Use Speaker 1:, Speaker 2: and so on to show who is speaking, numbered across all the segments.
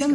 Speaker 1: 香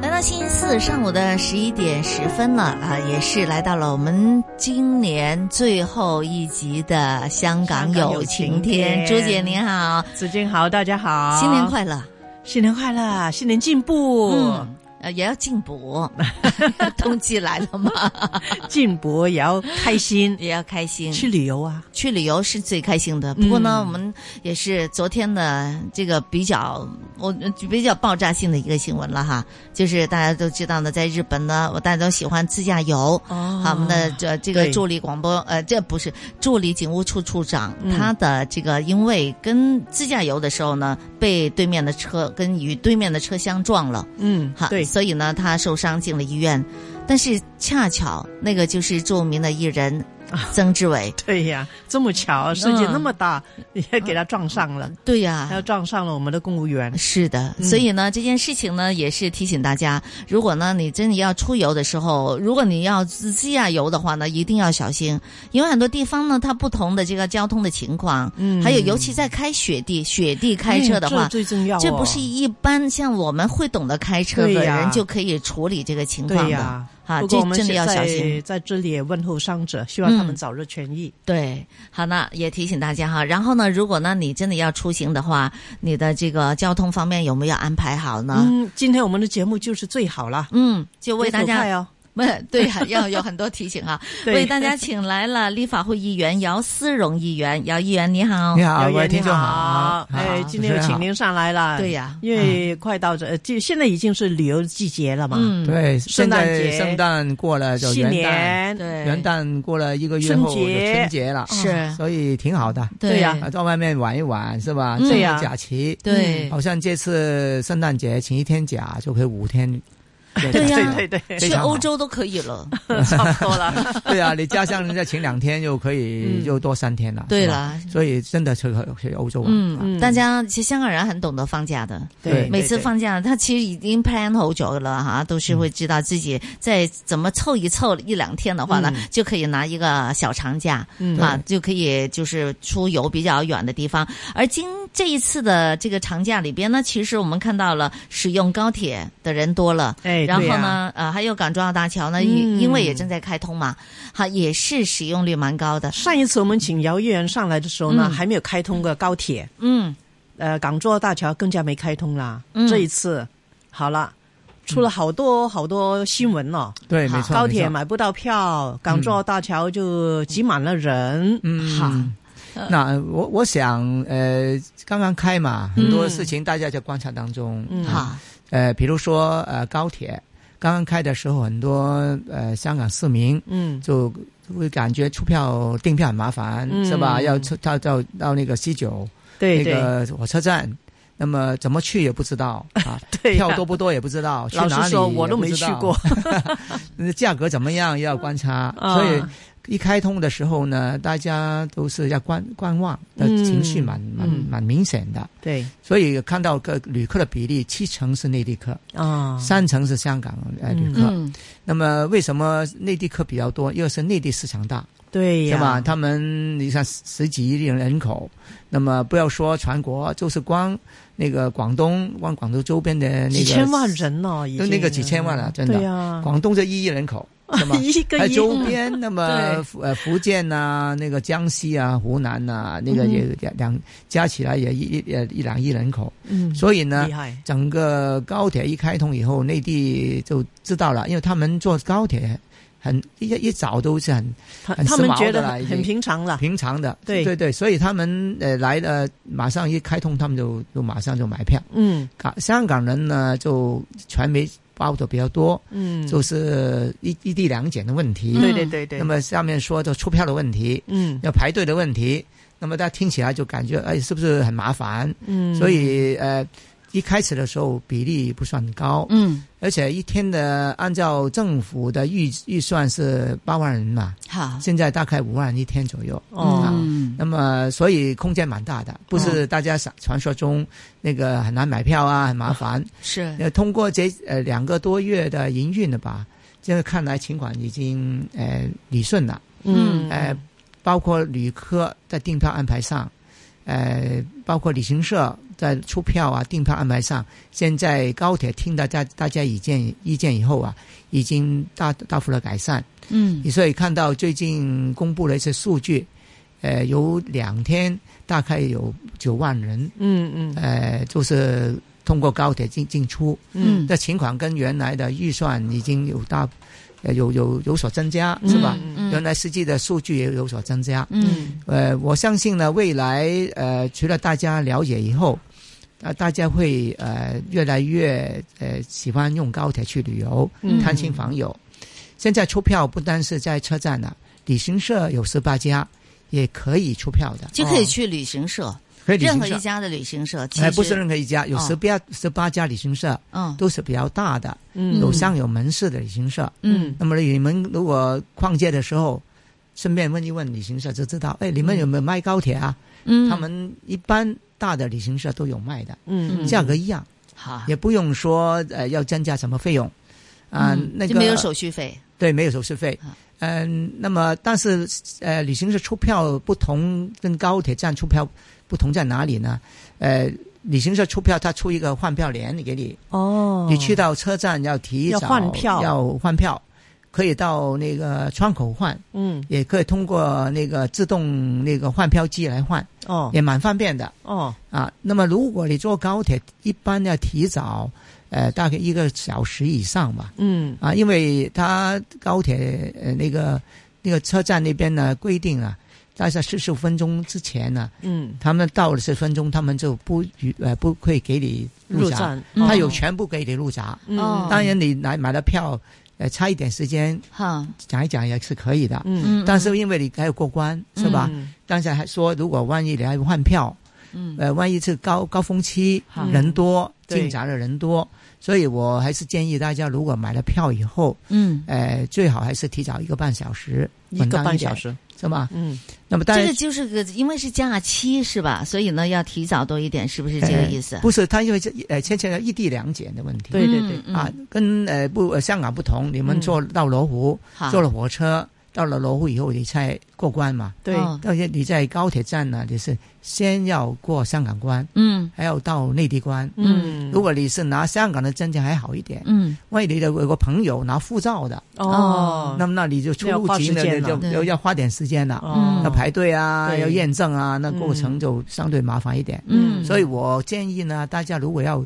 Speaker 2: 来到星期四上午的十一点十分了啊，也是来到了我们今年最后一集的《香港
Speaker 3: 香港
Speaker 2: 有
Speaker 3: 有
Speaker 2: 晴
Speaker 3: 晴
Speaker 2: 天》。
Speaker 3: 天
Speaker 2: 朱姐您好，
Speaker 3: 子君好，大家好，哦
Speaker 2: 新年，快乐！
Speaker 3: 新年快乐，新年进步，
Speaker 2: 嗯，呃也要进 补， 冬季来了嘛，
Speaker 3: 进步也要开心，
Speaker 2: 也要开心。
Speaker 3: 去旅游啊，
Speaker 2: 去旅游是最开心的。不过呢，我
Speaker 3: 嗯
Speaker 2: 们也是昨天的这个比较，我呃比较爆炸性的一个新闻了哈，就是大家都知道呢，在日本呢，我大家都喜欢自驾游。
Speaker 3: 哦
Speaker 2: 好，我们的这这个
Speaker 3: 对
Speaker 2: 助理广播呃，这不是助理警务处处长，
Speaker 3: 嗯
Speaker 2: 他的这个因为跟自驾游的时候呢，被对面的车跟与对面的车相撞了，
Speaker 3: 嗯
Speaker 2: 哈，，
Speaker 3: 对，
Speaker 2: 所以呢，他受伤进了医院，但是恰巧那个就是著名的艺人
Speaker 3: 啊
Speaker 2: 曾志 伟，
Speaker 3: 对呀，这么巧，世界那么大，
Speaker 2: 嗯
Speaker 3: 也给他撞上了，
Speaker 2: 对呀、
Speaker 3: 他撞上了我们的公务员，
Speaker 2: 是的，
Speaker 3: 嗯
Speaker 2: 所以呢，这件事情呢，也是提醒大家，如果呢你真的要出游的时候，如果你要自自驾游的话呢，一定要小心，因为很多地方呢，它不同的这个交通的情况，
Speaker 3: 嗯
Speaker 2: 还有尤其在开雪地、雪地开车的
Speaker 3: 哎
Speaker 2: 话
Speaker 3: 这。最重要哦，
Speaker 2: 这不是一般像我们会懂得开车的
Speaker 3: 对呀
Speaker 2: 人就可以处理这个情况
Speaker 3: 对
Speaker 2: 的，
Speaker 3: 呀。
Speaker 2: 哈，
Speaker 3: 不
Speaker 2: 这
Speaker 3: 过我们
Speaker 2: 真的要
Speaker 3: 现
Speaker 2: 小
Speaker 3: 在
Speaker 2: 心。
Speaker 3: 在这里也问候伤者，希望他
Speaker 2: 嗯
Speaker 3: 们早日痊愈。
Speaker 2: 对，好，那也提醒大家哈。然后呢，如果呢你真的要出行的话，你的这个交通方面有没有安排好呢？
Speaker 3: 嗯，今天我们的节目就是最好了，
Speaker 2: 嗯，就为大
Speaker 3: 别走
Speaker 2: 家
Speaker 3: 开哦，
Speaker 2: 不是 对呀、要有很多提醒啊。
Speaker 3: 对
Speaker 2: 为大家请来了立法会议员姚思荣议员，姚议员你好。
Speaker 4: 你好，
Speaker 3: 姚
Speaker 4: 啊各位
Speaker 3: 哦远你
Speaker 4: 听众
Speaker 3: 好
Speaker 4: 好，，
Speaker 3: 哎，
Speaker 4: 好
Speaker 3: 今天又请。您上来了，
Speaker 2: 对呀
Speaker 3: 因为快到这，呃就现在已经是旅游季节了嘛，，
Speaker 2: 嗯，
Speaker 4: 主持人好对，
Speaker 3: 圣
Speaker 4: 现
Speaker 3: 诞
Speaker 4: 在
Speaker 3: 节
Speaker 4: 圣诞过了就
Speaker 3: 新
Speaker 4: 元旦，
Speaker 3: 年，
Speaker 2: 对，
Speaker 4: 元旦过了一个月后
Speaker 3: 春节啊
Speaker 4: 就春节了，
Speaker 2: 是
Speaker 4: 所以挺好的，
Speaker 2: 对
Speaker 3: 对呀
Speaker 4: 啊到外面玩一玩是吧？
Speaker 2: 嗯
Speaker 4: 这
Speaker 3: 对呀
Speaker 4: 个假期，
Speaker 2: 对
Speaker 3: 嗯
Speaker 4: 好像这次圣诞节请一天假就可以五天的假。
Speaker 2: 对呀
Speaker 3: 对对对，
Speaker 4: 非
Speaker 2: 去
Speaker 4: 常好
Speaker 2: 欧洲都可以 了。
Speaker 3: 差不多了，
Speaker 4: 对啊，你加上人家请两天就可以，
Speaker 3: 嗯
Speaker 4: 又多三天了。
Speaker 2: 对
Speaker 4: 是吧，
Speaker 2: 了，
Speaker 4: 所以真的去去欧洲玩。
Speaker 2: 嗯，
Speaker 3: 嗯
Speaker 2: 大家其实香港人很懂得放假的。
Speaker 4: 对
Speaker 2: 每次放假，他其实已经 plan 好久了哈，都是会知道自己再怎么凑一凑一两天的话呢，
Speaker 3: 嗯
Speaker 2: 就可以拿一个小长假，
Speaker 3: 嗯
Speaker 2: 啊，就可以就是出游比较远的地方。而今这一次的这个长假里边呢，其实我们看到了使用高铁的人多了。
Speaker 3: 哎，
Speaker 2: 然后
Speaker 3: 对呀，
Speaker 2: 呢，呃，还有港珠澳大桥呢，因
Speaker 3: 嗯
Speaker 2: 因为也正在开通嘛，哈，也是使用率蛮高的。
Speaker 3: 上一次我们请姚议员上来的时候呢，
Speaker 2: 嗯
Speaker 3: 还没有开通过高铁，
Speaker 2: 嗯，
Speaker 3: 呃，港珠澳大桥更加没开通啦
Speaker 2: 嗯，
Speaker 3: 这一次好了，出了好多好多新闻哦。
Speaker 4: 嗯对，
Speaker 2: 好
Speaker 4: 没错，
Speaker 3: 高
Speaker 4: 没
Speaker 3: 铁
Speaker 4: 错，
Speaker 3: 买不到票，港珠澳大桥就挤满了人。
Speaker 4: 嗯，
Speaker 2: 好。
Speaker 4: 那我我想，呃，刚刚开嘛，很多事情大家在观察当中。
Speaker 3: 嗯
Speaker 4: 啊
Speaker 2: 好，
Speaker 4: 呃，比如说呃高铁刚刚开的时候，很多呃香港市民
Speaker 3: 嗯，
Speaker 4: 就会感觉出票订票很麻烦，
Speaker 3: 嗯
Speaker 4: 是吧？要出到到到那个西九
Speaker 3: 对
Speaker 4: 那
Speaker 3: 对、
Speaker 4: 个火车站。那么怎么去也不知道啊，
Speaker 3: 对呀、
Speaker 4: 票多不多也不知道，去
Speaker 3: 老
Speaker 4: 哪
Speaker 3: 实
Speaker 4: 里
Speaker 3: 说，我都
Speaker 4: 也不
Speaker 3: 没
Speaker 4: 知
Speaker 3: 去
Speaker 4: 道
Speaker 3: 过，。
Speaker 4: 那价格怎么样也要观察，
Speaker 3: 啊
Speaker 4: 所以一开通的时候呢，大家都是要观观望的情绪蛮、
Speaker 3: 嗯
Speaker 4: 蛮
Speaker 3: 嗯
Speaker 4: 蛮明显的，
Speaker 3: 对
Speaker 4: 所以看到个旅客的比例七成是内地客，
Speaker 3: 啊，
Speaker 4: 三成是香港呃
Speaker 3: 嗯
Speaker 4: 旅客。
Speaker 2: 嗯，
Speaker 4: 那么为什么内地客比较多？一个是内地市场大，
Speaker 3: 对
Speaker 4: 是
Speaker 3: 呀、
Speaker 4: 吧？他们你看十十几亿人人口，那么不要说全国，就是光那个广东、光广州周边的那个
Speaker 3: 几千万人哦，已
Speaker 4: 就
Speaker 3: 经
Speaker 4: 那个几千万了，真的。
Speaker 3: 对呀、？
Speaker 4: 广东就一亿人口，是吧
Speaker 3: 一个
Speaker 4: 还
Speaker 3: 亿
Speaker 4: 有周边，那么
Speaker 3: 对
Speaker 4: 福呃福建呐、那个江西啊、湖南呐、那
Speaker 3: 嗯
Speaker 4: 个也两两加起来也一一呃一两亿人口，
Speaker 3: 嗯，
Speaker 4: 所以呢
Speaker 3: 厉，害，
Speaker 4: 整个高铁一开通以后，内地就知道了，因为他们坐高铁很一一早都是很
Speaker 3: 他
Speaker 4: 很
Speaker 3: 他们
Speaker 4: 时髦
Speaker 3: 觉
Speaker 4: 的
Speaker 3: 得
Speaker 4: 啦已
Speaker 3: 很
Speaker 4: 经
Speaker 3: 很平常了，
Speaker 4: 平常的，
Speaker 3: 啊对
Speaker 4: 对对，所以他们呃来了，马上一开通，他们就就马上就买票。
Speaker 3: 嗯，
Speaker 4: 港香港人呢就全没报的比较多，
Speaker 3: 嗯，
Speaker 4: 就是一一地两检的问题。
Speaker 3: 对对对对，
Speaker 4: 那么下面说的出票的问题，
Speaker 3: 嗯
Speaker 4: 要排队的问题，那么大家听起来就感觉哎，是不是很麻烦？
Speaker 3: 嗯，
Speaker 4: 所以呃，一开始的时候比例不算高，
Speaker 2: 嗯，
Speaker 4: 而且一天的按照政府的预预算是八万人嘛，
Speaker 2: 好，
Speaker 4: 现在大概五万人一天左右。啊
Speaker 3: 哦
Speaker 2: 嗯
Speaker 4: 那么，所以空间蛮大的，不是大家想传说中那个很难买票啊，很麻烦。
Speaker 2: 是，
Speaker 4: 呃，通过这呃两个多月的营运了吧，这个看来情况已经呃理顺了，
Speaker 3: 嗯
Speaker 4: 呃，包括旅客在订票安排上，呃，包括旅行社在出票啊、订票安排上，现在高铁听大家大家意见意见以后啊，已经大大幅的改善。
Speaker 2: 嗯
Speaker 4: 所以看到最近公布了一些数据，呃，有两天大概有九万人，
Speaker 3: 嗯嗯
Speaker 4: 呃，就是通过高铁进进出。
Speaker 2: 嗯，
Speaker 4: 这情况跟原来的预算已经有大，呃，有有有所增加，是吧？
Speaker 2: 嗯
Speaker 4: 原来实际的数据也有所增加。
Speaker 2: 嗯
Speaker 4: 呃，我相信呢，未来呃，除了大家了解以后，呃，大家会呃越来越呃喜欢用高铁去旅游，
Speaker 3: 嗯
Speaker 4: 探亲访友。现在出票不单是在车站了，旅行社有十八家也可以出票的，
Speaker 2: 就可以去旅行社，
Speaker 4: 可以旅
Speaker 2: 任
Speaker 4: 行
Speaker 2: 何一
Speaker 4: 社。
Speaker 2: 家的旅行社，其
Speaker 4: 哎，
Speaker 2: 实
Speaker 4: 不是任何一家，有
Speaker 2: 哦
Speaker 4: 十八十八家旅行社
Speaker 2: 嗯
Speaker 4: 都是比较大的，
Speaker 3: 嗯
Speaker 4: 有上有门市的旅行社。
Speaker 2: 嗯
Speaker 4: 那么你们如果逛街的时候，顺便问一问旅行社就知道，哎，你们有没有卖高铁啊？
Speaker 2: 嗯，
Speaker 4: 他们一般大的旅行社都有卖的，
Speaker 3: 嗯
Speaker 4: 价格一样，
Speaker 2: 好
Speaker 4: 也不用说呃要增加什么费用啊、
Speaker 2: 嗯
Speaker 4: 那
Speaker 2: 就
Speaker 4: 个
Speaker 2: 没有手续费，
Speaker 4: 对没有手续费
Speaker 2: 啊，
Speaker 4: 嗯、那么但是呃旅行社出票不同，跟高铁站出票不同在哪里呢？呃。旅行社出票，他出一个换票联给你，
Speaker 3: 哦，
Speaker 4: 你去到车站要提
Speaker 3: 要
Speaker 4: 早
Speaker 3: 换票
Speaker 4: 要换票，可以到那个窗口换，
Speaker 3: 嗯
Speaker 4: 也可以通过那个自动那个换票机来换，
Speaker 3: 哦
Speaker 4: 也蛮方便的。
Speaker 3: 哦
Speaker 4: 啊，那么如果你坐高铁，一般要提早，呃，大概一个小时以上吧，
Speaker 3: 嗯
Speaker 4: 啊，因为它高铁呃那个那个车站那边呢规定啊，大概四十五分钟之前呢，
Speaker 3: 嗯
Speaker 4: 他们到了四十分钟，他们就不予呃不会给你
Speaker 3: 入
Speaker 4: 闸，
Speaker 3: 站，哦嗯
Speaker 2: 嗯
Speaker 4: 他有全部给你入闸。
Speaker 2: 哦
Speaker 4: 当然你来买了票，呃，差一点时间
Speaker 2: 哈，
Speaker 4: 讲一讲也是可以的，
Speaker 3: 嗯
Speaker 2: 嗯，
Speaker 4: 但是因为你还要过关是吧？
Speaker 3: 嗯
Speaker 4: 刚才还说，如果万一你还换票。
Speaker 2: 嗯
Speaker 4: 呃，万一是高高峰期
Speaker 2: 好，
Speaker 4: 人多，
Speaker 3: 嗯对
Speaker 4: 进闸的人多，所以我还是建议大家，如果买了票以后，
Speaker 2: 嗯，
Speaker 4: 呃，最好还是提早一个半小时，
Speaker 3: 一
Speaker 4: 稳
Speaker 3: 个
Speaker 4: 当
Speaker 3: 半
Speaker 4: 点
Speaker 3: 小，时，
Speaker 4: 是吧？
Speaker 3: 嗯
Speaker 4: 那么当
Speaker 2: 这
Speaker 4: 然
Speaker 2: 个就是个，因为是假期是吧？所以呢，要提早多一点，是不是这个意思？
Speaker 4: 不是，它因为这呃牵扯到异地两检的问题，
Speaker 3: 对对对
Speaker 2: 嗯
Speaker 4: 啊，，跟呃不呃香港不同，你
Speaker 3: 嗯
Speaker 4: 们
Speaker 3: 啊
Speaker 4: 坐到罗湖，
Speaker 2: 好，
Speaker 4: 坐了火车到了罗湖以后，你才过关嘛。
Speaker 3: 对
Speaker 2: 哦
Speaker 4: 而且你在高铁站呢，你是先要过香港关，
Speaker 2: 嗯
Speaker 4: 还要到内地关。
Speaker 3: 嗯，
Speaker 4: 如果你是拿香港的证件还好一点，
Speaker 2: 嗯
Speaker 4: 万一你的有个朋友拿护照的，
Speaker 3: 哦
Speaker 4: 嗯那么那你就出
Speaker 3: 要
Speaker 4: 入
Speaker 3: 花
Speaker 4: 境
Speaker 3: 时
Speaker 4: 的
Speaker 3: 间
Speaker 4: 就
Speaker 2: 了
Speaker 4: 要
Speaker 2: 对
Speaker 4: 要花点时间了，
Speaker 2: 嗯
Speaker 4: 要排队啊，
Speaker 3: 对
Speaker 4: 要验证啊，那过
Speaker 3: 嗯
Speaker 4: 程就相对麻烦一点。
Speaker 2: 嗯，
Speaker 4: 所以我建议呢，大家如果要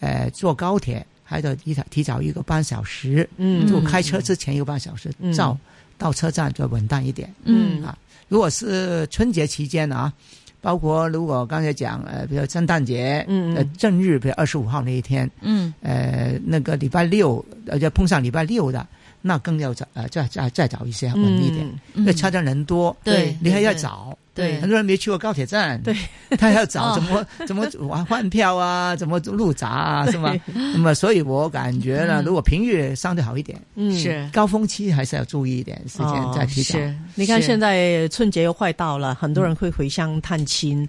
Speaker 4: 呃坐高铁，还得提早提早一个半小时，
Speaker 3: 嗯
Speaker 4: 就开车之前一个半小时
Speaker 3: 嗯
Speaker 4: 到到车站就稳当一点。
Speaker 2: 嗯
Speaker 4: 啊如果是春节期间啊，包括如果刚才讲呃，比如圣诞节，
Speaker 3: 嗯
Speaker 4: 呃
Speaker 3: 嗯
Speaker 4: 正日，比如二十五号那一天，
Speaker 2: 嗯
Speaker 4: 呃，那个礼拜六，而且碰上礼拜六的，那更要早，呃，再再再早一些，稳一点。，因为
Speaker 2: 嗯，
Speaker 4: 车站人多，
Speaker 2: 对
Speaker 4: 你还要
Speaker 2: 对
Speaker 4: 找。
Speaker 2: 对
Speaker 4: 很多人没去过高铁站，
Speaker 3: 对，
Speaker 4: 他要 找
Speaker 2: 哦
Speaker 4: 怎么怎么换换票啊，怎么入闸啊，是吗？那么，所以我感觉呢，
Speaker 2: 嗯
Speaker 4: 如果平日相对好一点，
Speaker 3: 嗯
Speaker 2: 是
Speaker 4: 高峰期还是要注意一点时间
Speaker 3: 哦
Speaker 4: 再提早。
Speaker 2: 是，
Speaker 3: 你看
Speaker 2: 是
Speaker 3: 现在春节又快到了，很多人会回乡探亲，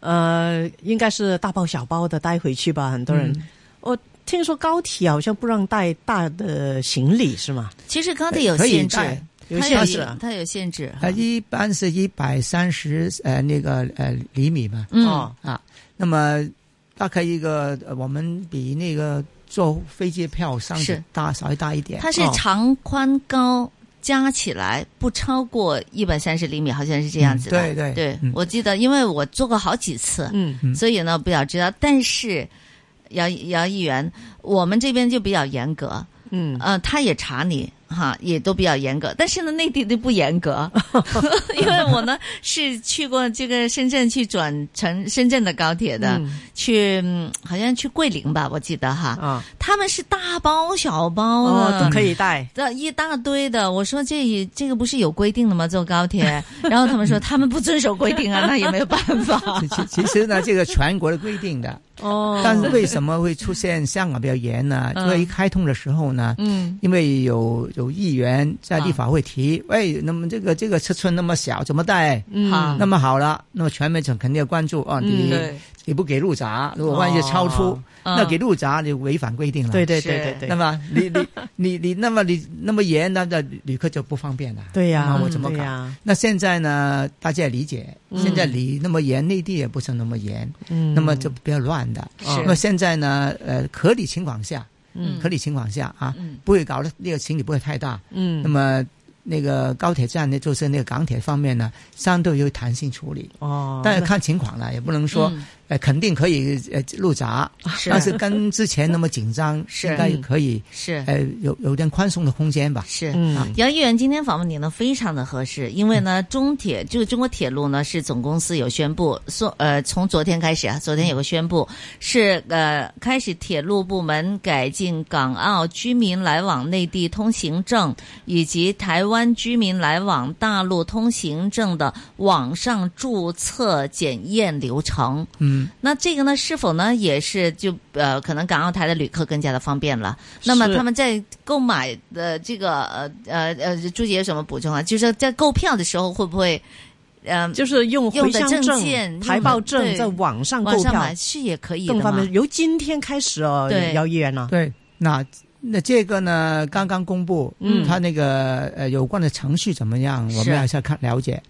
Speaker 3: 呃，应该是大包小包的带回去吧，很多人。
Speaker 4: 嗯
Speaker 3: 我听说高铁好像不让带大的行李是吗？
Speaker 2: 其实高铁有
Speaker 4: 可以
Speaker 2: 限制，
Speaker 4: 带
Speaker 3: 有
Speaker 2: 它
Speaker 3: 些
Speaker 2: 有
Speaker 3: 是
Speaker 2: 一
Speaker 3: 啊，
Speaker 2: 它有限制，
Speaker 4: 它一般是一百三十呃那个呃厘米嘛
Speaker 2: 嗯
Speaker 3: 哦，
Speaker 4: 啊，那么大概一个呃我们比那个坐飞机票上
Speaker 2: 是
Speaker 4: 去大稍微大一点，
Speaker 2: 嗯它是
Speaker 4: 哦
Speaker 2: 长宽高。加起来不超过一百三十厘米，好像是这样子的。
Speaker 4: 嗯对对
Speaker 2: 对
Speaker 4: 嗯
Speaker 2: 我记得，因为我做过好几次，
Speaker 3: 嗯
Speaker 4: 嗯
Speaker 2: 所以呢比较知道。但是姚姚议员，我们这边就比较严格，
Speaker 3: 嗯
Speaker 2: 呃，他也查你，哈，也都比较严格，但是呢，内地的不严 格，因为我呢是去过这个深圳去转乘深圳的高铁的，
Speaker 3: 嗯
Speaker 2: 去嗯好像去桂林吧，我记得哈，
Speaker 3: 啊，
Speaker 2: 他们是大包小包
Speaker 3: 哦，
Speaker 2: 的，
Speaker 3: 都可
Speaker 4: 嗯
Speaker 3: 以带，
Speaker 2: 这一大堆的，我说这也这个不是有规定的吗？坐高铁，然后他 们说他们不遵守规定啊，那也没有办法。
Speaker 4: 其其其实呢，这个全国的规定的，
Speaker 3: 哦
Speaker 4: 但是为什么会出现香港比较严呢？
Speaker 2: 嗯
Speaker 4: 因为一开通的时候呢，
Speaker 2: 嗯
Speaker 4: 因为有有议员在立法会提，喂，那么这个这个尺寸那么小，怎么带？
Speaker 3: 嗯
Speaker 2: 好
Speaker 4: 那么好了，那么全媒体肯定要关注啊！你、
Speaker 3: 嗯
Speaker 2: 对，
Speaker 4: 你不给入闸，如果万一超出，
Speaker 3: 哦
Speaker 4: 那
Speaker 2: 嗯
Speaker 4: 给入闸你违反规定了。
Speaker 3: 对对
Speaker 2: 是
Speaker 3: 对对对，
Speaker 4: 那么你 你你你那么你那么严，那那旅客就不方便了。
Speaker 3: 对呀、
Speaker 4: 那我怎么
Speaker 3: 对
Speaker 4: 搞
Speaker 3: 呀？
Speaker 4: 那现在呢，大家也理解，
Speaker 2: 嗯
Speaker 4: 现在你那么严，内地也不是那么严，
Speaker 3: 嗯，
Speaker 4: 那么就比较乱的。
Speaker 2: 是
Speaker 4: 那么现在呢，呃，合理情况下，
Speaker 2: 嗯
Speaker 4: 合理情况下啊，
Speaker 2: 嗯
Speaker 4: 不会搞得那个情理不会太大。
Speaker 3: 嗯，
Speaker 4: 那么那个高铁站呢，就是那个港铁方面呢，相对有弹性处理，
Speaker 3: 哦，
Speaker 4: 但是看情况了，也不能说
Speaker 2: 嗯
Speaker 4: 呃肯定可以呃入闸，
Speaker 2: 是
Speaker 4: 但是跟之前那么紧张，
Speaker 2: 是
Speaker 4: 应该可以
Speaker 2: 是
Speaker 4: 呃有有点宽松的空间吧。
Speaker 2: 是。
Speaker 4: 啊
Speaker 3: 嗯
Speaker 2: 杨议员今天访问你呢，非常的合适，因为呢，中铁这个中国铁路呢是总公司有宣布说，呃，从昨天开始啊，昨天有个宣布是呃，开始铁路部门改进港澳居民来往内地通行证以及台湾居民来往大陆通行证的网上注册检验流程。
Speaker 4: 嗯，
Speaker 2: 那这个呢，是否呢也是就呃，可能港澳台的旅客更加的方便了？那么
Speaker 3: 是
Speaker 2: 他们在购买的这个呃呃呃，朱姐有什么补充啊？就是在购票的时候会不会呃
Speaker 3: 就是用
Speaker 2: 用
Speaker 3: 回
Speaker 2: 的
Speaker 3: 乡
Speaker 2: 证
Speaker 3: 证
Speaker 2: 件用的
Speaker 3: 台报证
Speaker 2: 对
Speaker 3: 在网上
Speaker 2: 网
Speaker 3: 购
Speaker 2: 上
Speaker 3: 票
Speaker 2: 买是也可以的
Speaker 3: 更方
Speaker 2: 嘛？
Speaker 3: 便，由今天开始哦
Speaker 2: 对，
Speaker 3: 姚议员呢，
Speaker 4: 对，那那这个呢，刚刚公布，
Speaker 3: 嗯
Speaker 4: 它那个呃有关的程序怎么样，
Speaker 2: 是
Speaker 4: 我们还是要看了解。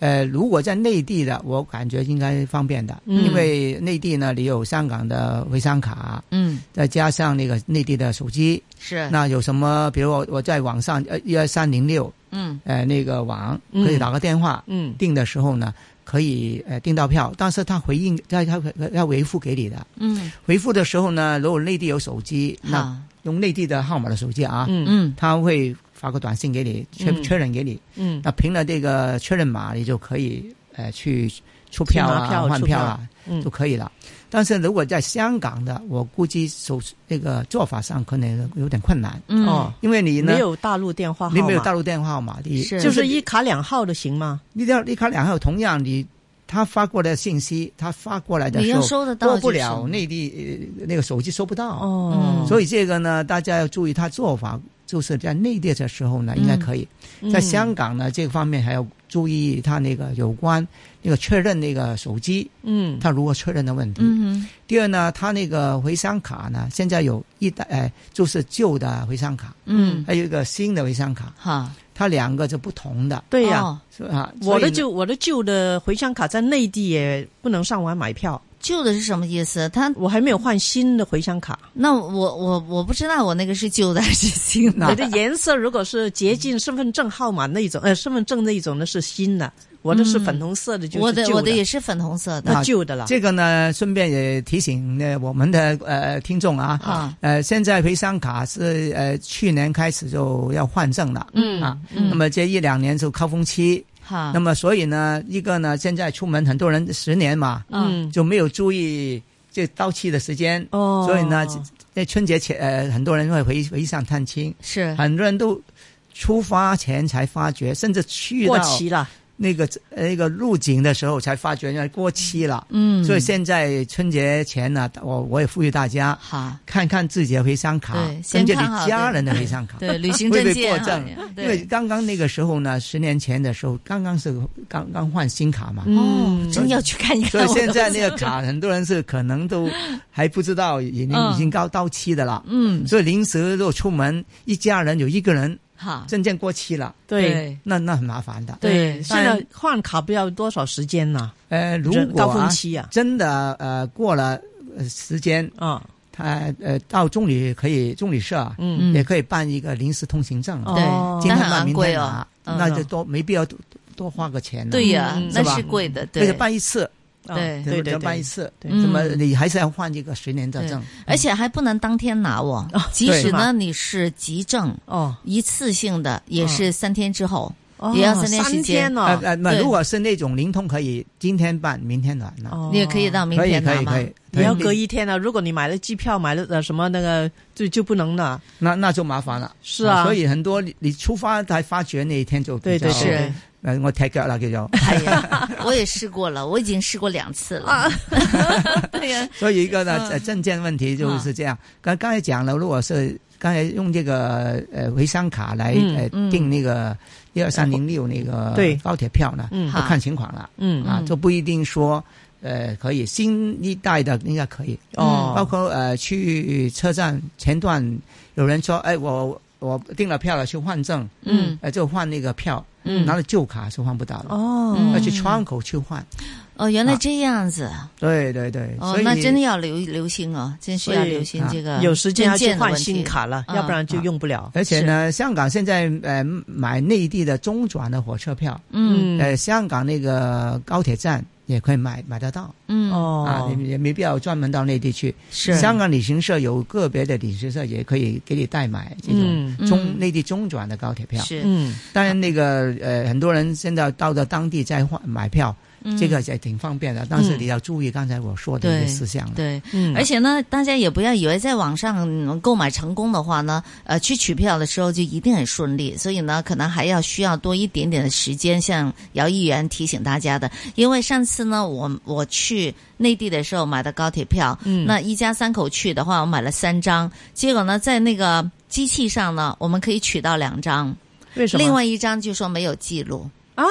Speaker 4: 呃，如果在内地的，我感觉应该方便的，
Speaker 3: 嗯
Speaker 4: 因为内地呢，你有香港的回乡卡，
Speaker 2: 嗯，
Speaker 4: 再加上那个内地的手机，
Speaker 3: 嗯
Speaker 2: 是，
Speaker 4: 那有什么？比如我我在网上呃一二三零六
Speaker 2: 嗯
Speaker 4: 呃那个网
Speaker 3: 嗯
Speaker 4: 可以打个电话，
Speaker 3: 嗯
Speaker 4: 订的时候呢可以呃订到票，但是他回应他他他回复给你的，
Speaker 2: 嗯，
Speaker 4: 回复的时候呢，如果内地有手机，那
Speaker 2: 好，
Speaker 4: 用内地的号码的手机啊，
Speaker 3: 嗯
Speaker 2: 嗯
Speaker 4: 他会发个短信给你确
Speaker 3: 嗯
Speaker 4: 确认给你，
Speaker 3: 嗯
Speaker 4: 那凭了这个确认码，你就可以呃去出票
Speaker 3: 去拿
Speaker 4: 啊、
Speaker 3: 票
Speaker 4: 换
Speaker 3: 出
Speaker 4: 票
Speaker 3: 票
Speaker 4: 啊
Speaker 3: 嗯
Speaker 4: 就可以了。但是如果在香港的，我估计手那个做法上可能有点困难，
Speaker 2: 嗯，
Speaker 3: 哦，
Speaker 4: 因为你呢
Speaker 3: 没有大陆电话号
Speaker 4: 你
Speaker 3: 码，
Speaker 4: 没有大陆电话号码，你
Speaker 2: 是
Speaker 3: 就是一卡两号的行吗？
Speaker 4: 你要你看两号同样你他发过来的信息，他发过来的
Speaker 2: 你
Speaker 4: 哎时
Speaker 2: 要
Speaker 4: 候
Speaker 2: 收得到
Speaker 4: 过
Speaker 2: 就
Speaker 4: 不
Speaker 2: 是
Speaker 4: 了内地呃那个手机收不到
Speaker 3: 哦
Speaker 4: 所以这个呢，大家要注意他做法，就是在内地的时候呢，
Speaker 3: 嗯
Speaker 4: 应该可以；
Speaker 3: 以
Speaker 4: 在香港呢，这个方面还要注意他那个有关那个确认那个手机，
Speaker 3: 嗯
Speaker 4: 他如何确认的问题。
Speaker 2: 嗯
Speaker 4: 第二呢，他那个回乡卡呢，现在有一代，呃，就是旧的回乡卡，
Speaker 2: 嗯，
Speaker 4: 还有一个新的回乡卡，
Speaker 2: 好，
Speaker 4: 它两个是不同的，
Speaker 3: 对呀、
Speaker 2: 哦
Speaker 4: 是吧？
Speaker 3: 我
Speaker 4: 所以
Speaker 3: 的
Speaker 4: 呢
Speaker 3: 旧我的旧的回乡卡在内地也不能上网买票，
Speaker 2: 旧的是什么意思？他
Speaker 3: 我还没有换新的回乡卡。
Speaker 2: 那我我我不知道我那个是旧的还是新
Speaker 3: 你
Speaker 2: 的，
Speaker 3: 的颜色如果是接近身份证号码那一种，呃，身份证那一种的是新的，我的是粉红色的，就是
Speaker 2: 嗯我的
Speaker 3: 旧
Speaker 2: 我的也是粉红色的
Speaker 3: 那旧的了。
Speaker 4: 这个呢，顺便也提醒呃我们的呃听众啊，
Speaker 2: 啊，
Speaker 4: 呃，现在回乡卡是呃去年开始就要换证了，
Speaker 3: 嗯啊
Speaker 4: 啊，
Speaker 2: 嗯
Speaker 4: 那么这一两年就高峰期，
Speaker 2: 好，
Speaker 4: 那么所以呢，一个呢，现在出门很多人十年嘛，
Speaker 2: 嗯
Speaker 3: 嗯
Speaker 4: 就没有注意这到期的时间，
Speaker 3: 哦，
Speaker 4: 所以呢，在春节前呃，很多人会回回乡探亲，
Speaker 2: 是
Speaker 4: 很多人都出发前才发觉，甚至去
Speaker 3: 过
Speaker 4: 到
Speaker 3: 期了，
Speaker 4: 那个呃那个入境的时候才发觉原来过期了，
Speaker 2: 嗯，
Speaker 4: 所以现在春节前呢，我我也呼吁大家。
Speaker 2: 好。
Speaker 4: 看看自己的回乡卡
Speaker 2: 对，
Speaker 4: 跟
Speaker 2: 先
Speaker 4: 着
Speaker 2: 看好
Speaker 4: 你家人的回乡卡。
Speaker 2: 对，旅行
Speaker 4: 会
Speaker 2: 证
Speaker 4: 被
Speaker 2: 件好
Speaker 4: 过
Speaker 2: 像
Speaker 4: 证因为
Speaker 2: 对，
Speaker 4: 刚刚那个时候呢，十年前的时候，刚刚是刚刚换新卡嘛，
Speaker 2: 哦，
Speaker 3: 嗯
Speaker 2: 真要去看一看
Speaker 4: 所
Speaker 2: 我
Speaker 4: 以
Speaker 2: 都不知
Speaker 4: 现
Speaker 2: 道。
Speaker 4: 在那个卡，很多人是可能都还不知道已经、
Speaker 2: 嗯
Speaker 4: 已经到到期的了。
Speaker 2: 嗯，
Speaker 4: 所以临时如果出门，一家人有一个人
Speaker 2: 好，
Speaker 4: 证件过期了，
Speaker 3: 对
Speaker 4: 那那很麻烦的。
Speaker 2: 对
Speaker 3: 现在换卡不要多少时间呢？
Speaker 4: 呃，如
Speaker 3: 人
Speaker 4: 果、
Speaker 3: 高峰
Speaker 4: 啊、
Speaker 3: 期啊，
Speaker 4: 真的呃过了呃时间，
Speaker 3: 啊，
Speaker 4: 他呃到中旅可以中旅社啊、
Speaker 3: 嗯，
Speaker 2: 嗯
Speaker 4: 也可以办一个临时通行证，
Speaker 3: 哦
Speaker 2: 对
Speaker 3: 但，
Speaker 4: 今
Speaker 2: 但
Speaker 4: 天
Speaker 2: 很
Speaker 4: 办
Speaker 2: 昂
Speaker 4: 明
Speaker 2: 贵
Speaker 4: 天
Speaker 2: 哦
Speaker 4: 拿，，
Speaker 3: 嗯
Speaker 4: 那就多没必要多多多花个钱了。
Speaker 2: 对呀
Speaker 3: 嗯，
Speaker 2: 那
Speaker 4: 是吧
Speaker 2: 是贵的，
Speaker 4: 而且
Speaker 2: 对，
Speaker 4: 办一次
Speaker 2: 对
Speaker 3: 哦对对
Speaker 4: 只能办一
Speaker 3: 对，
Speaker 4: 次，
Speaker 3: 对
Speaker 4: 那么你还是要换这个十年的证，
Speaker 2: 而且还不能当天拿哦，即
Speaker 4: 对
Speaker 2: 使
Speaker 3: 是吗
Speaker 2: 呢你是急症，
Speaker 3: 哦，
Speaker 2: 一次性的也是三天之后。
Speaker 3: 哦
Speaker 2: 也要三天时间
Speaker 3: 三天
Speaker 4: 呃
Speaker 3: 哦，
Speaker 4: 呃，那
Speaker 2: 对
Speaker 4: 如果是那种灵通，可以今天办，明天拿，拿
Speaker 3: 哦
Speaker 2: 你也可以到明
Speaker 4: 可以
Speaker 2: 天
Speaker 4: 可
Speaker 2: 拿
Speaker 4: 以
Speaker 2: 吗
Speaker 4: 可？以，
Speaker 3: 你要
Speaker 4: 可以
Speaker 3: 隔一天啊！如果你买了机票，买了呃什么那个，就就不能了。
Speaker 4: 那那就麻烦了。
Speaker 3: 是啊，
Speaker 4: 所以很多你你出发才发觉那一天就
Speaker 3: 对对
Speaker 2: 是
Speaker 3: 对对
Speaker 4: 呃，我踢脚啦叫做，
Speaker 2: 哎呀， 我也试过了，我已经试过两次了。对呀，
Speaker 4: 所以一个呢，呃证件问题就是这样。刚刚才讲了，如果是刚才用这个呃维商卡来
Speaker 3: 嗯
Speaker 4: 呃
Speaker 2: 嗯
Speaker 4: 订那个一二三零六那个
Speaker 3: 对
Speaker 4: 高铁票呢，
Speaker 3: 嗯
Speaker 4: 要看情况了
Speaker 3: 嗯
Speaker 4: 啊
Speaker 2: 嗯，
Speaker 4: 就不一定说呃可以，新一代的应该可以。
Speaker 3: 哦，
Speaker 4: 包括呃去车站前段，有人说，哎，我我订了票了，去换证，
Speaker 2: 嗯
Speaker 4: 呃，就换那个票，
Speaker 2: 嗯
Speaker 4: 拿了旧卡是换不到的，
Speaker 3: 哦，
Speaker 2: 嗯
Speaker 4: 要去窗口去换。
Speaker 2: 哦，原来这样子，
Speaker 4: 对对对，
Speaker 2: 哦
Speaker 4: 所，以
Speaker 2: 那真的要留留心哦，真需要
Speaker 3: 所以
Speaker 2: 留心
Speaker 4: 啊
Speaker 2: 这个
Speaker 3: 有时间要
Speaker 2: 证
Speaker 3: 去
Speaker 2: 件的
Speaker 3: 换
Speaker 2: 问
Speaker 3: 新
Speaker 2: 题。
Speaker 3: 卡了，
Speaker 2: 嗯
Speaker 3: 要不然就用不了。
Speaker 4: 而且呢，香港现在呃买内地的中转的火车票，
Speaker 2: 嗯
Speaker 4: 呃，香港那个高铁站也可以买买得到
Speaker 2: 嗯，
Speaker 4: 啊，
Speaker 3: 哦，
Speaker 4: 你也没必要专门到内地去。
Speaker 2: 是
Speaker 4: 香港旅行社有个别的旅行社也可以给你代买这种
Speaker 3: 嗯
Speaker 4: 中
Speaker 2: 嗯
Speaker 4: 内地中转的高铁票。
Speaker 2: 是
Speaker 3: 嗯，
Speaker 4: 当然，那个呃，很多人现在到了当地再换买票，
Speaker 2: 嗯
Speaker 4: 这个也挺方便的。但是你要注意刚才我说的一
Speaker 2: 对
Speaker 4: 些事项了。
Speaker 2: 对。
Speaker 3: 嗯
Speaker 2: 而且呢，大家也不要以为在网上嗯购买成功的话呢，呃，去取票的时候就一定很顺利，所以呢，可能还要需要多一点点的时间。像姚议员提醒大家的，因为上次呢，我我去内地的时候买的高铁票，
Speaker 3: 嗯
Speaker 2: 那一家三口去的话，我买了三张，结果呢，在那个机器上呢，我们可以取到两张，
Speaker 3: 为什么？
Speaker 2: 另外一张就说没有记录。
Speaker 3: 啊，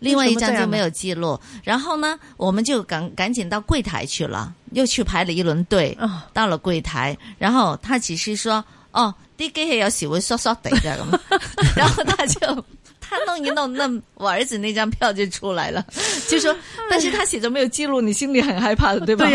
Speaker 2: 另外一
Speaker 3: 为什么
Speaker 2: 张
Speaker 3: 这
Speaker 2: 就
Speaker 3: 样呢
Speaker 2: 没有记录，然后呢，我们就赶赶紧到柜台去了，又去排了一轮队，
Speaker 3: 啊，
Speaker 2: 到了柜台，然后他只是说：“哦，啲機器有時會縮縮地嘅咁。” 然后他就 他弄一弄，那我儿子那张票就出来了，就说：“但是他写着没有记录，你心里很害怕的，对吧？”
Speaker 3: 哎对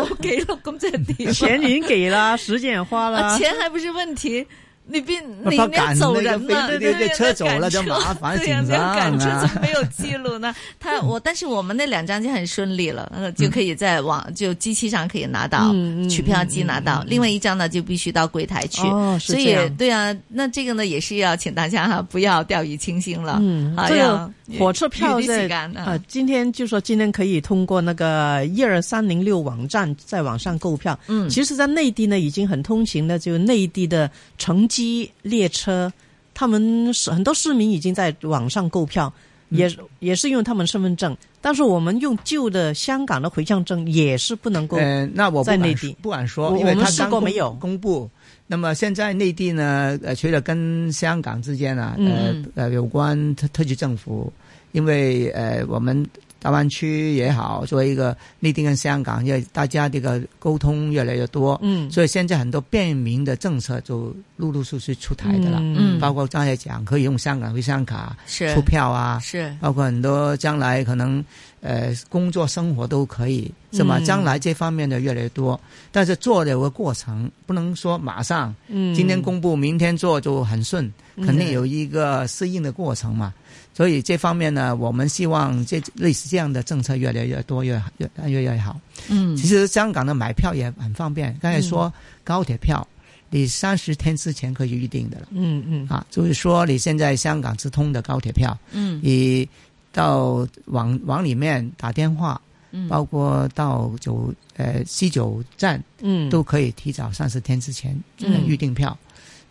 Speaker 2: 我给了咁即係點啊
Speaker 3: 钱已经给了，时间也花
Speaker 2: 啊
Speaker 3: 了，
Speaker 2: 钱还不是问题。你别，你
Speaker 4: 怕
Speaker 2: 应该
Speaker 4: 赶
Speaker 2: 走
Speaker 4: 那个
Speaker 2: 人
Speaker 4: 飞
Speaker 2: 呢，
Speaker 4: 对
Speaker 2: 对
Speaker 4: 对对车
Speaker 2: 那
Speaker 4: 走
Speaker 2: 赶
Speaker 4: 了就
Speaker 2: 车
Speaker 4: 麻烦
Speaker 2: 对呀，
Speaker 4: 紧
Speaker 2: 那
Speaker 4: 张
Speaker 2: 赶车
Speaker 4: 啊
Speaker 2: 怎么没有记录呢？ 他我，但是我们那两张就很顺利了，呃
Speaker 4: 嗯
Speaker 2: 就可以在网就机器上可以拿到
Speaker 3: 嗯嗯
Speaker 2: 取票机拿到，
Speaker 4: 嗯
Speaker 2: 另外一张呢就必须到柜台去。
Speaker 3: 哦，是
Speaker 2: 所
Speaker 3: 这
Speaker 2: 以
Speaker 3: 样。
Speaker 2: 对啊，那这个呢也是要请大家哈，不要掉以轻心了。
Speaker 3: 嗯
Speaker 2: 啊，
Speaker 3: 这
Speaker 2: 要
Speaker 3: 个火车票
Speaker 2: 预定时
Speaker 3: 在
Speaker 2: 间啊
Speaker 3: 啊，
Speaker 4: 呃
Speaker 3: 今天就说今天可以通过那个一二三零六网站在网上购票。
Speaker 2: 嗯
Speaker 3: 其实，在内地呢已经很通行的，就内地的城际列车，他们是很多市民已经在网上购票，
Speaker 2: 嗯
Speaker 3: 也是也是用他们身份证，但是我们用旧的香港的回乡证也是不能够。
Speaker 2: 哎
Speaker 4: 呃，那我不
Speaker 3: 在内
Speaker 4: 敢
Speaker 3: 地
Speaker 4: 说不敢说，
Speaker 3: 我
Speaker 4: 因为
Speaker 3: 我
Speaker 4: 他
Speaker 3: 们试
Speaker 4: 刚
Speaker 3: 过
Speaker 4: 公
Speaker 3: 没有
Speaker 4: 公布。那么现在内地呢，呃，除了跟香港之间啊，呃
Speaker 2: 嗯
Speaker 4: 呃，有关特特区政府，因为呃，我们大湾区也好，作为一个内地跟香港，要大家这个沟通越来越多，
Speaker 3: 嗯，
Speaker 4: 所以现在很多便民的政策就陆陆续续出台的了，
Speaker 2: 嗯
Speaker 4: 包括刚才讲可以用香港回香卡
Speaker 2: 是
Speaker 4: 出票啊，
Speaker 2: 是
Speaker 4: 包括很多将来可能呃工作生活都可以是吧？
Speaker 3: 嗯
Speaker 4: 将来这方面的越来越多，但是做的有个过程，不能说马上
Speaker 3: 嗯
Speaker 4: 今天公布明天做就很顺，
Speaker 3: 嗯
Speaker 4: 肯定有一个适应的过程嘛。所以这方面呢，我们希望这类似这样的政策越来越多，越越越越好。
Speaker 2: 嗯
Speaker 4: 其实香港的买票也很方便，刚才
Speaker 3: 嗯
Speaker 4: 说高铁票，你三十天之前可以预定的了
Speaker 3: 嗯嗯
Speaker 4: 啊，就是说你现在香港直通的高铁票。
Speaker 2: 嗯
Speaker 4: 你到往往里面打电话，
Speaker 2: 嗯
Speaker 4: 包括到九呃西九站
Speaker 3: 嗯，
Speaker 4: 都可以提早三十天之前
Speaker 2: 嗯
Speaker 4: 呃预订票。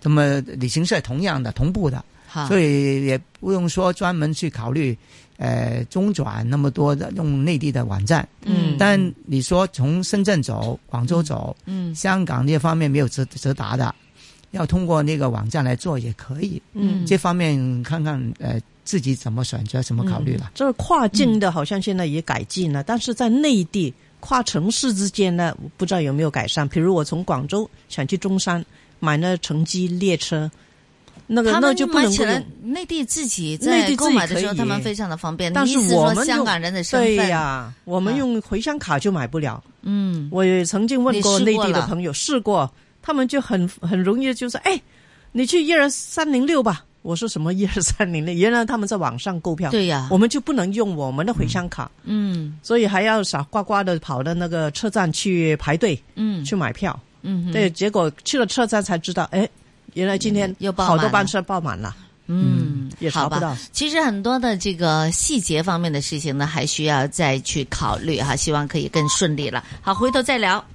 Speaker 4: 那么旅行社同样的同步的，
Speaker 2: 好，
Speaker 4: 所以也不用说专门去考虑呃中转那么多的用内地的网站。
Speaker 2: 嗯
Speaker 4: 但你说从深圳走、广州走、
Speaker 2: 嗯
Speaker 4: 香港这方面没有直直达的，要通过那个网站来做也可以。
Speaker 3: 嗯
Speaker 4: 这方面看看呃自己怎么选择、怎么考虑了。
Speaker 3: 这是跨境的，好像现在也改进了，但是在内地跨城市之间呢，我不知道有没有改善。比如我从广州想去中山，买那城际列车，那个
Speaker 2: 他
Speaker 3: 那
Speaker 2: 们
Speaker 3: 就不
Speaker 2: 买
Speaker 3: 能
Speaker 2: 起
Speaker 3: 够
Speaker 2: 来
Speaker 3: 用。，
Speaker 2: 内地自己
Speaker 3: 内
Speaker 2: 在
Speaker 3: 地
Speaker 2: 购
Speaker 3: 自己
Speaker 2: 买的时候，
Speaker 3: 可以
Speaker 2: 他们非常的方便。
Speaker 3: 但
Speaker 2: 你
Speaker 3: 是
Speaker 2: 意思
Speaker 3: 我
Speaker 2: 说
Speaker 3: 们
Speaker 2: 香
Speaker 3: 用
Speaker 2: 港人的身
Speaker 3: 对
Speaker 2: 份，
Speaker 3: 呀、我们用回乡卡就买不了。
Speaker 2: 嗯，
Speaker 3: 我也曾经问过
Speaker 2: 你试
Speaker 3: 内
Speaker 2: 过
Speaker 3: 地的
Speaker 2: 了
Speaker 3: 朋友，试过，他们就很很容易就说：“哎，你去一二三零六吧。”我说什么一二三零零，原来他们在网上购票，
Speaker 2: 对呀、
Speaker 3: 我们就不能用我们的回乡卡，
Speaker 2: 嗯
Speaker 3: 所以还要傻瓜瓜的跑到那个车站去排队、
Speaker 2: 嗯
Speaker 3: 去买票。
Speaker 2: 嗯哼，
Speaker 3: 对，结果去了车站才知道，哎，原来今天
Speaker 2: 嗯又爆满
Speaker 3: 好
Speaker 2: 了
Speaker 3: 多班车爆满了，
Speaker 2: 嗯，
Speaker 3: 也查
Speaker 2: 好
Speaker 3: 不
Speaker 2: 吧。
Speaker 3: 到。
Speaker 2: 其实很多的这个细节方面的事情呢，还需要再去考虑哈，希望可以更顺利了。好，回头再聊。